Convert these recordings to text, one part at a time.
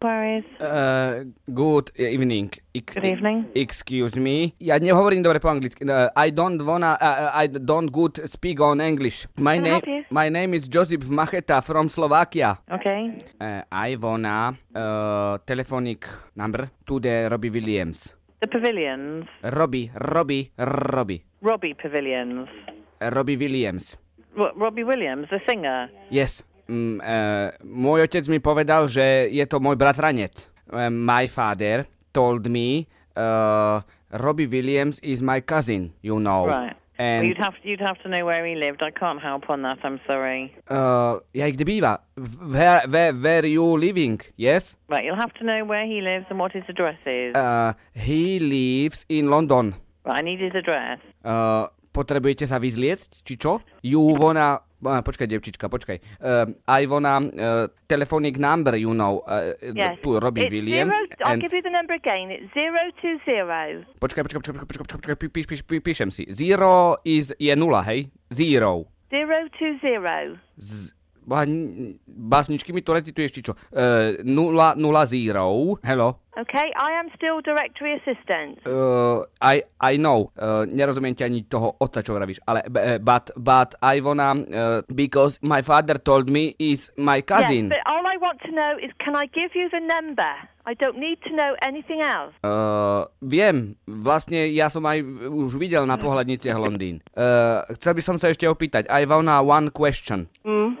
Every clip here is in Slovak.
Paris. Uh, good evening. Ex- Good evening. Excuse me. Ja nehovorím dobre po anglicky. Uh, I don't wanna, uh, I don't good speak on English. My, Can I name, help you? my name is Josip Macheta from Slovakia. Okay. Uh, I wanna uh, telephonic number to the Robbie Williams. The pavilions. Robbie, Robbie, Robbie. Robbie Pavilions. Uh, Robbie Williams. Ro- Robbie Williams, the singer. Yes. Mm, uh, môj otec mi povedal, že je to môj bratranec. Uh, my father told me uh, Robbie Williams is my cousin, you know. Right. well, Oh, And you'd have you'd have to know where he lived. I can't help on that. I'm sorry. uh, ja kde býva? Where, where, where you living? Yes? Right, you'll have to know where he lives and what his address is. Uh, he lives in London. right, I need his address. Uh, potrebujete sa vyzliecť, či čo? You wanna... Uh, počkaj, devčička, počkaj. Uh, I wanna uh, telephonic number, you know, uh, Yes. to Robbie It's Williams. Zero, I'll and- give you the number again. It's zero two zero. Počkaj, počkaj, počkaj, počkaj, počkaj, počkaj, pí, píš, píš, pí, píšem si. Zero is, je nula, hej? Zero. Zero two zero. Z, boha, n- básničky mi to recituješ, či čo? Uh, nula, nula, zero. Hello. Okay, I am still directory assistant. Uh, I, I know, uh, nerozumiem ti ani toho otca, čo vravíš, ale b- eh, but, but I wanna, uh, because my father told me is my Yes, cousin. but all I want to know is can I give you the number? I don't need to know anything else. Uh, viem, vlastne ja som aj už videl na pohľadniciach Londýn. Uh, chcel by som sa ešte opýtať, I wanna one question. Mm. Uh,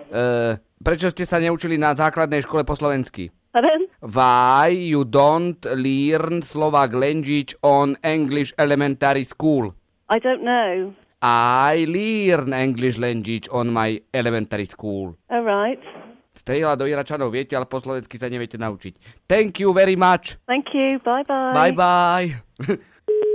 prečo ste sa neučili na základnej škole po slovensky? Pardon? Why you don't learn Slovak language on English elementary school? I don't know. I learn English language on my elementary school. All right. Strejla do Iračanov viete, ale po slovensky sa neviete naučiť. Thank you very much. Thank you. Bye bye. Bye bye.